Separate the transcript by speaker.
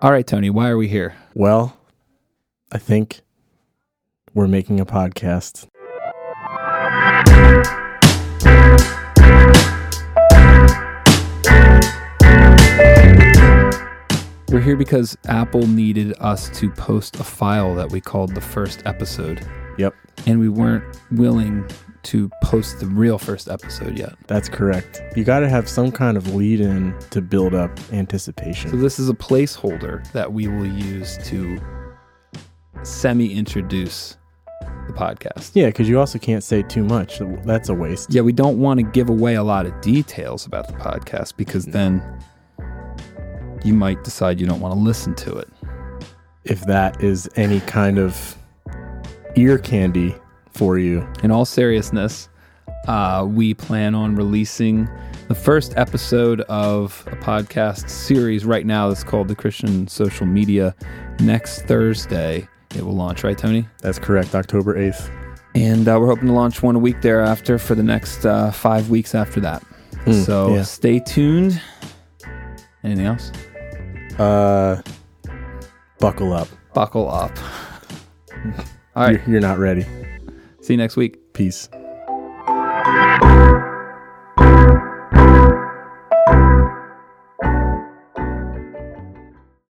Speaker 1: All right, Tony, why are we here?
Speaker 2: Well, I think we're making a podcast.
Speaker 1: We're here because Apple needed us to post a file that we called the first episode,
Speaker 2: Yep,
Speaker 1: and we weren't willing to post the real first episode yet.
Speaker 2: that's correct. You got to have some kind of lead in to build up
Speaker 1: So,
Speaker 2: anticipation.
Speaker 1: this is a placeholder that we will use to semi introduce the podcast.
Speaker 2: Yeah, because you also can't say too much. That's a waste.
Speaker 1: Yeah, we don't want to give away a lot of details about the podcast because then you might decide you don't want to listen to it.
Speaker 2: If that is any kind of ear candy for you,
Speaker 1: In all seriousness, uh, we plan on releasing the first episode of a podcast series right now that's called The Christian Social Media next Thursday. It will launch, right, Tony?
Speaker 2: that's correct. October 8th.
Speaker 1: And uh, we're hoping to launch one a week thereafter for the next uh, five weeks after that. so
Speaker 2: yeah.
Speaker 1: stay tuned. Hmm, Anything else?
Speaker 2: Uh, buckle up.
Speaker 1: Buckle up. All right.
Speaker 2: You're- you're not ready.
Speaker 1: See you next week.
Speaker 2: Peace.